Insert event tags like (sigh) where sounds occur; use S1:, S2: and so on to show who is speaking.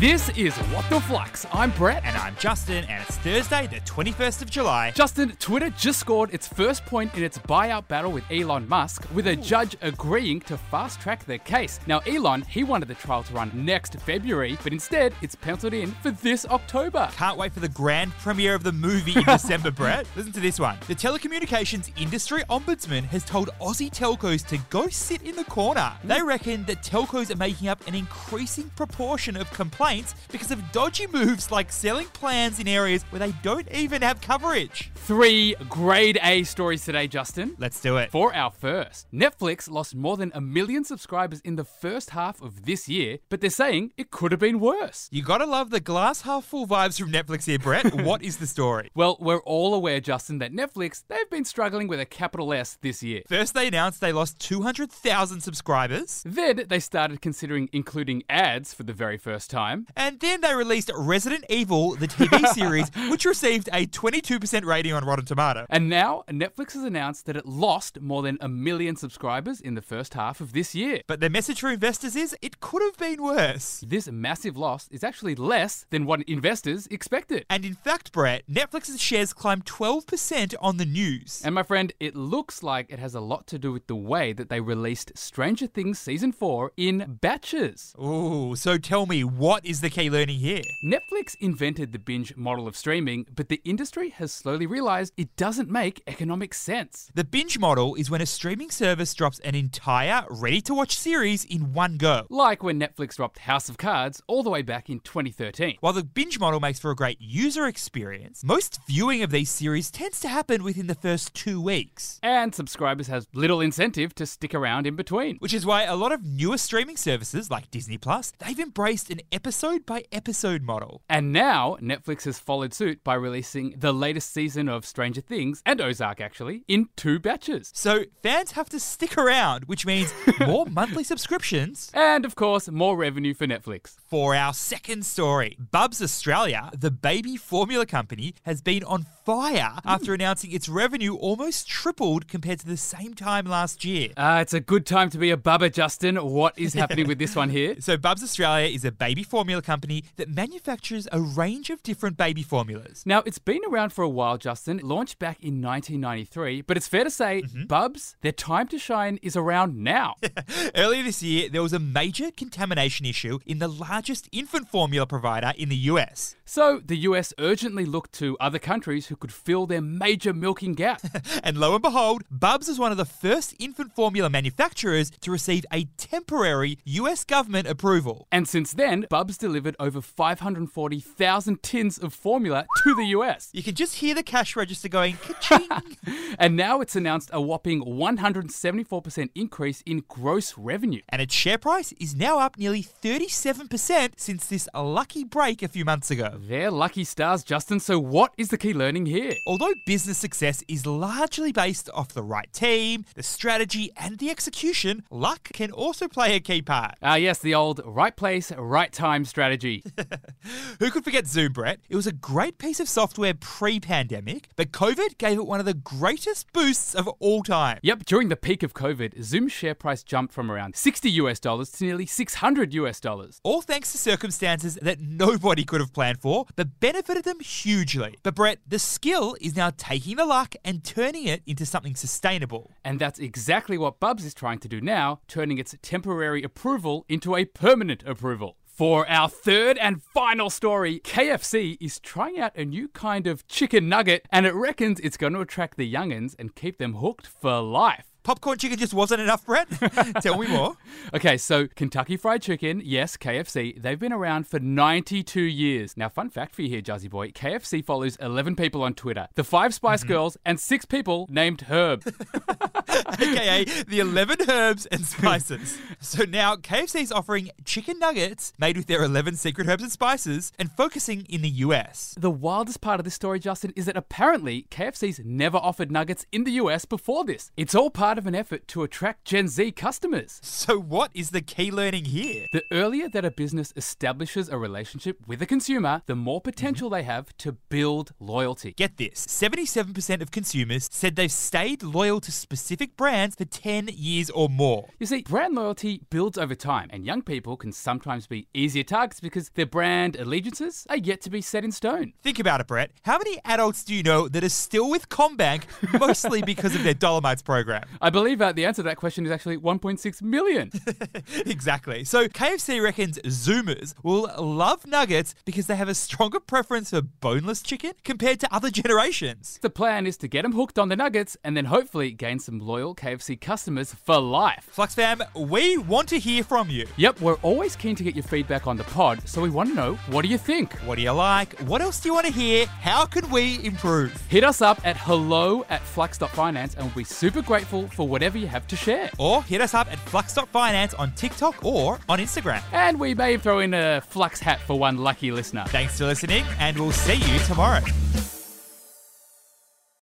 S1: This is What the Flux. I'm Brett.
S2: And I'm Justin, and it's Thursday, the 21st of July.
S1: Justin, Twitter just scored its first point in its buyout battle with Elon Musk, with a judge agreeing to fast track their case. Now, Elon, he wanted the trial to run next February, but instead, it's penciled in for this October.
S2: Can't wait for the grand premiere of the movie in December, Brett. Listen to this one. The telecommunications industry ombudsman has told Aussie telcos to go sit in the corner. They reckon that telcos are making up an increasing proportion of complaints because of dodgy moves like selling plans in areas where they don't even have coverage.
S1: Three grade A stories today, Justin.
S2: Let's do it.
S1: For our first, Netflix lost more than a million subscribers in the first half of this year, but they're saying it could have been worse.
S2: You gotta love the glass half full vibes from Netflix here, Brett. what is the story?
S1: Well, we're all aware, Justin, that Netflix, they've been struggling with a capital S this year.
S2: First, they announced they lost 200,000 subscribers,
S1: Then they started considering including ads for the very first time.
S2: and then they released Resident Evil, the TV series, which received a 22% rating on Rotten Tomato.
S1: And now Netflix has announced that it lost more than a million subscribers in the first half of this year.
S2: But their message for investors is it could have been worse.
S1: This massive loss is actually less than what investors expected.
S2: And in fact, Brett, Netflix's shares climbed 12% on the news.
S1: And my friend, it looks like it has a lot to do with the way that they released Stranger Things Season 4 in batches.
S2: Ooh, so tell me, what is the key learning here?
S1: Netflix invented the binge model of streaming, but the industry has slowly realized it doesn't make economic sense.
S2: The binge model is when a streaming service drops an entire ready to watch series in one go.
S1: Like when Netflix dropped House of Cards all the way back in 2013.
S2: While the binge model makes for a great user experience, most viewing of these series tends to happen within the first two weeks.
S1: And subscribers have little incentive to stick around in between.
S2: Which is why a lot of newer streaming services like Disney Plus, they've embraced an episode by episode model.
S1: And now Netflix has followed suit by releasing the latest season of Stranger Things and Ozark actually in two batches.
S2: So fans have to stick around, which means more monthly subscriptions.
S1: And of course, more revenue for Netflix.
S2: For our second story, Bubs Australia, the baby formula company, has been on fire after announcing its revenue almost tripled compared to the same time last year.
S1: Ah, it's a good time to be a bubba, Justin. What is happening with this one here?
S2: So, Bubs Australia is a baby formula company that manufactures a range of different baby formulas.
S1: Now, it's been around for a while, Justin, launched back in 1993, but it's fair to say, Bubs, their time to shine is around now.
S2: Earlier this year, there was a major contamination issue in the largest infant formula provider in the US.
S1: so, the US urgently looked to other countries who could fill their major milking gap.
S2: And lo and behold, Bubs is one of the first infant formula manufacturers to receive a temporary US government approval.
S1: and since then, Bubs delivered over 540,000 tins of formula to the US.
S2: You can just hear the cash register going ka-ching.
S1: And now it's announced a whopping 174% increase in gross revenue.
S2: and its share price is now up nearly 37% since this lucky break a few months ago.
S1: They're lucky stars, Justin. So, what is the key learning here?
S2: Although business success is largely based off the right team, the strategy, and the execution, luck can also play a key part.
S1: Ah, yes, the old right place, right time strategy.
S2: Who could forget Zoom, Brett? It was a great piece of software pre pandemic, but COVID gave it one of the greatest boosts of all time.
S1: yep, during the peak of COVID, Zoom's share price jumped from around 60 US dollars to nearly 600 US dollars.
S2: All thanks to circumstances that nobody could have planned for, but benefited them hugely. But Brett, the skill is now taking the luck and turning it into something sustainable.
S1: And that's exactly what Bubs is trying to do now, turning its temporary approval into a permanent approval. For our third and final story, KFC is trying out a new kind of chicken nugget and it reckons it's going to attract the youngins and keep them hooked for life.
S2: Popcorn chicken just wasn't enough, Brett. (laughs) Tell me more.
S1: Okay, so Kentucky Fried Chicken, yes, KFC, they've been around for 92 years. Now, fun fact for you here, Jazzy Boy KFC follows 11 people on Twitter, the five Spice Girls, and six people named Herb. (laughs)
S2: AKA the 11 herbs and spices. So now KFC's offering chicken nuggets made with their 11 secret herbs and spices and focusing in the US.
S1: the wildest part of this story, Justin, is that apparently KFC's never offered nuggets in the US before this. It's all part of an effort to attract Gen Z customers.
S2: So, what is the key learning here?
S1: The earlier that a business establishes a relationship with a consumer, the more potential they have to build loyalty.
S2: Get this 77% of consumers said they've stayed loyal to specific brands for 10 years or more.
S1: You see, brand loyalty builds over time, and young people can sometimes be easier targets because their brand allegiances are yet to be set in stone.
S2: Think about it, Brett. How many adults do you know that are still with Combank mostly because of their Dolomites program?
S1: I believe uh, the answer to that question is actually 1.6 million.
S2: exactly. So KFC reckons Zoomers will love nuggets because they have a stronger preference for boneless chicken compared to other generations.
S1: the plan is to get them hooked on the nuggets and then hopefully gain some loyal KFC customers for life.
S2: Flux fam, we want to hear from you.
S1: Yep, we're always keen to get your feedback on the pod, so we want to know what do you think?
S2: What do you like? What else do you want to hear? How can we improve?
S1: Hit us up at hello at flux.finance and we'll be super grateful for whatever you have to share.
S2: Or hit us up at flux.finance on TikTok or on Instagram.
S1: And we may throw in a flux hat for one lucky listener.
S2: Thanks for listening, and we'll see you tomorrow.